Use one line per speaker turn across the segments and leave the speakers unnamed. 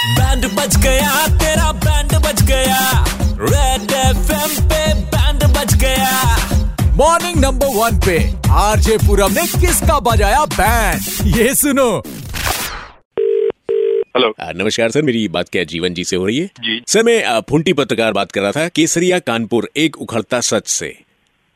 बज गया तेरा बैंड बज गया रेड एफएम पे बैंड बज गया
मॉर्निंग नंबर वन पे आरजे पूरम ने किसका बजाया बैंड ये सुनो
हेलो
आ, नमस्कार सर मेरी बात क्या जीवन जी से हो रही है
जी।
सर मैं आ, फूंटी पत्रकार बात कर रहा था केसरिया कानपुर एक उखड़ता सच से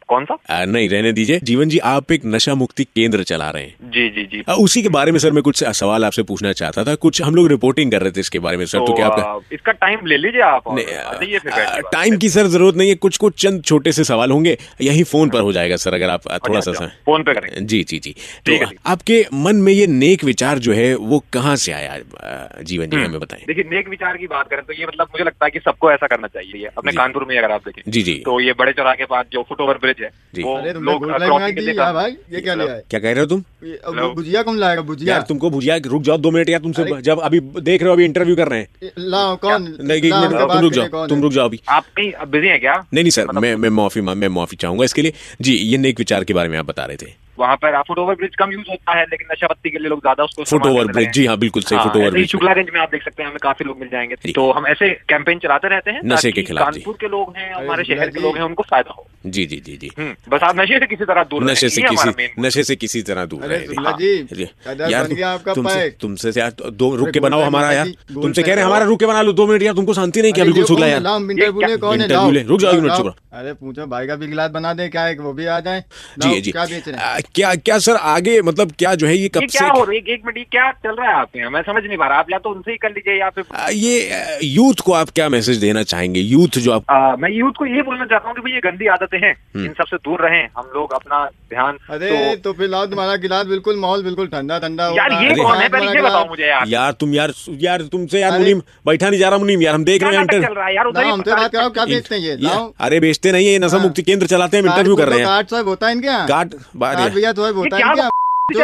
कौन सा
आ, नहीं रहने दीजिए जीवन जी आप एक नशा मुक्ति केंद्र चला रहे हैं
जी जी जी
आ, उसी के बारे में सर मैं कुछ आ, सवाल आपसे पूछना चाहता था कुछ हम लोग रिपोर्टिंग कर रहे थे इसके बारे में सर तो,
तो
क्या आप
आ, इसका टाइम ले लीजिए आप और
नहीं, आ,
बताइए फिर
आ,
बैठिए बात
टाइम की सर जरूरत नहीं है कुछ कुछ चंद छोटे से सवाल होंगे यही फोन पर हो जाएगा सर अगर आप आ,
पे।
थोड़ा सा
हाँ। अच्छा,
समय
फोन पे करेंगे
जी जी जी तो
ठीक है, ठीक
आपके मन में ये नेक विचार जो है वो कहाँ से आया आ, जीवन
हम्म।
जी हमें बताएं
देखिए नेक विचार की बात करें तो ये मतलब मुझे लगता है कि सबको ऐसा करना चाहिए अपने
जी।
कानपुर में अगर आप देखें
जी जी
तो ये बड़े चौराहे के पास जो फुट ओवर ब्रिज है
जी।
वो
अरे
तो
तुमने
लोग
गुड लाइफ
क्रॉसिंग
मांग
के
दी
लिए
यार
काम-
हाँ भाई ये क्या लिया है
क्या कह रहे हो तुम
ये-
हेलो।
अब बुझिया कौन लाएगा बुझिया
यार तुमको भुजिया रुक जाओ दो मिनट यार तुमसे
हाँ। अरे-
जब अभी देख रहे हो अभी इंटरव्यू कर रहे हैं
लाओ कौन
नहीं एक
लाओ,
मिनट
उनके
तुम
बात
रुक
करिए,
जाओ
कौन
तुम
है?
रुक जाओ अभी
आप कहीं बिजी हैं क्या
नहीं नहीं सर मैं मैं माफी मा- मैं माफी चाहूंगा इसके लिए जी ये नेक विचार के बारे में आप बता रहे थे
वहाँ पर फुट ओवर ब्रिज कम यूज होता है लेकिन नशा पत्ती के लिए लोग ज्यादा उसको
फुट ओवर ब्रिज जी हाँ बिल्कुल सही foot over bridge
Shukla range में आप देख सकते हैं हमें काफी लोग मिल जाएंगे
जी।
तो हम ऐसे कैंपेन चलाते रहते हैं
नशे
ताकि
के खिलाफ, जी।
कानपुर के लोग हैं
अरे
हमारे शहर के
जी।
लोग हैं उनको फायदा हो
जी जी जी जी
हम्म, बस आप नशे से किसी तरह दूर
नशे
रहें,
से
ये हमारा
किसी
main-
नशे से किसी तरह दूर
अरे
रहे
शुक्ला जी
अरे,
यार बन
तुम-
गया आपका
तुमसे
पैक
तुमसे यार तो दो रुक
अरे
के
गोल
बनाओ
पैक
हमारा
बना
यार
दी, गोल
तुमसे
पैक
कह रहे हैं
बनाओ।
हमारा रुक के बना लो दो मिनट यार तुमको शांति नहीं क्या बिल्कुल शुक्ला यार
इंटरव्यू
ये
ले कौन है
इंटरव्यू
लाओ
ले रुक जाओ एक मिनट
लाओ।
चुप रहो
अरे पूछो भाई का भी गिलास बना दे क्या एक वो भी आ जाए
जी जी
क्या बेच रहे हैं
आ, क्या क्या सर आगे मतलब क्या जो है ये
ये
कब
क्या
से
हो रही है एक मिनट ये क्या चल रहा है आपके यहाँ मैं समझ नहीं पा रहा आप या तो उनसे ही कर लीजिए या फिर
आ, ये यूथ को आप क्या मैसेज देना चाहेंगे यूथ जो आप
आ, मैं यूथ को ये बोलना चाहता हूँ कि भाई ये गंदी आदतें हैं
हम्म।
इन सबसे दूर रहें हम लोग अपना ध्यान
अरे तो फिर लाओ तुम्हारा गिलास बिल्कुल माहौल बिल्कुल ठंडा ठंडा हो
यार
रहा
ये
अरे
कौन
हाँ,
है पहले
तुम्हारा
ये बताओ
गिलास-
मुझे यार
यार तुम यार यार तुमसे यार
अरे-
मुनीम बैठा नहीं जा रहा मुनीम यार हम देख
क्या
रहे हैं
नाटक
इंटर
चल रहा है यार उधर
लाओ तो
ही
हमसे
पता
बात
तो नहीं-
कराओ क्या बेचते हैं ये
या-
लाओ
अरे बेचते नहीं है ये नशा
हाँ।
मुक्ति केंद्र चलाते हैं हम इंटरव्यू कर रहे हैं
कार्ड साहब होता है इनके यहाँ
गार्ड
कार्ड
भाई
भैया तो
ये
होता है
क्या
इनके यहाँ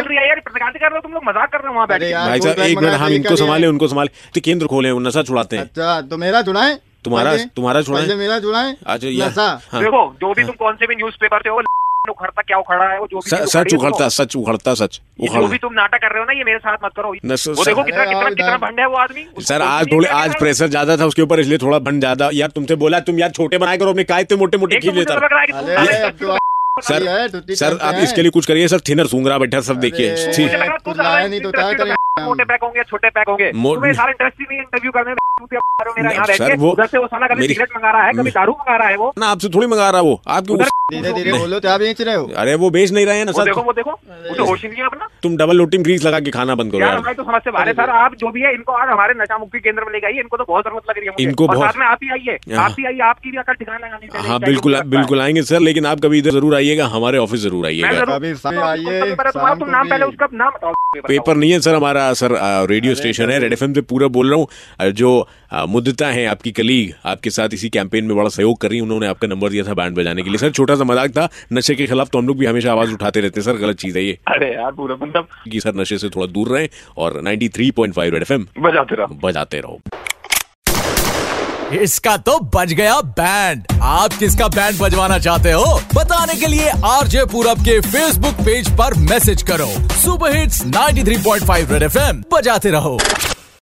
चल रही है यार प्रकार कर रहे हो तुम लोग मजाक कर रहे हो वहाँ बैठ
अरे
के
यार, गोल
साहब
पैक
एक
बना
मिनट
के
हम इनको
लेकर
संभाले
आए।
उनको संभाले तो केंद्र खोले वो नशा छुड़ाते हैं
अच्छा तो मेरा जुड़ाए
तुम्हारा-
पहले-
तुम्हारा जुड़ाए?
पहले मेरा जुड़ाए
अच्छा यार
नशा
हाँ।
देखो जो भी तुम कौन से भी न्यूज पेपर से हो वो उखड़ता क्या उखड़ा है वो जो भी
स-
चीज़
सच
उखड़ी है,
उखड़ता सच उखड़ता सच
ये जो भी
उखड़
तुम नाटक कर रहे हो ना ये मेरे साथ मत करो
न- सर-
वो देखो
सर-
कितना
अरे
कितना
यार,
कितना
इधर-
भंड है तो वो आदमी
सर
उसको
आज
कुछ नहीं
थोड़े
करना
आज
है।
प्रेशर ज्यादा था उसके ऊपर इसलिए थोड़ा भंड ज्यादा यार तुमसे बोला तुम यार छोटे बनाए करो अपने काय तो मोटे मोटे
एक तो
खींच
मुझे
लेता
तो लग रहा है कि तुम
अरे
सारे
अब तो
सर
ये है, टूटी
सर
टूटी
आप
है।
इसके लिए कुछ करिए सर थिनर सूंघ रहा बैठा सर देखिए
अरे,
ठीक
मुझे लग रहा है तुम
कुछ लाया
सारे
नहीं
इंटरेस्टेड
तो क्या करें?
हो, मोटे पैक होंगे छोटे पैक होंगे
मो-
तुम्हें सारे इंटरेस्ट ही नहीं इंटरव्यू करने में, तुम भी अब आ रहे हो मेरा यहाँ
सर,
बैठ के
वो-
उधर से वो साला कभी
मेरी-
सिगरेट मंगा रहा है कभी दारू मंगा रहा है वो
ना आपसे थोड़ी मंगा रहा वो आपके
उधर-
उस-
धीरे धीरे बोलो तो आप बेच रहे हो
अरे वो बेच नहीं रहे हैं ना
वो
सर
देखो वो देखो उसे होश ही नहीं है अपना
तुम डबल लोटिंग ग्रीस लगा के खाना बंद करो
यार
यार
हमारी तो समझ से बाहर है सर आप जो भी है इनको आज हमारे नशा मुक्ति केंद्र में लेके आइए इनको तो बहुत जरूरत लग रही है मुझे
इनको
और
बहुत-
साथ में आप ही आइए
हाँ।
आप ही आइए आपकी भी अकल ठिकाना लगानी चाहिए
हाँ
क्या
बिल्कुल
लगता है?
बिल्कुल आएंगे सर लेकिन आप कभी इधर जरूर आइएगा हमारे ऑफिस जरूर
मैं
आइएगा
जरूर
कभी
तो
शाम आइए,
सबसे पहले तुम्हारा
शाम
तुम
को
नाम
भी।
पहले उसका नाम बताओ
पेपर नहीं है सर हमारा सर आ, रेडियो स्टेशन है रेड एफ से पूरा बोल रहा हूँ आ, जो आ, मुदिता है आपकी कलीग आपके साथ इसी कैंपेन में बड़ा सहयोग कर रही हैं। उन्होंने आपका नंबर दिया था बैंड बजाने के लिए सर छोटा सा मजाक था नशे के खिलाफ तो हम लोग भी हमेशा आवाज उठाते रहते हैं सर गलत चीज है ये
अरे यार पूरा मतलब
कि सर नशे से थोड़ा दूर रहें और 93.5 रेड एफएम
बजाते रहो
बजाते रहो
इसका तो बज गया बैंड आप किसका बैंड बजवाना चाहते हो बताने के लिए आरजे पूरब के फेसबुक पेज पर मैसेज करो सुपर हिट्स 93.5 रेड एफएम बजाते रहो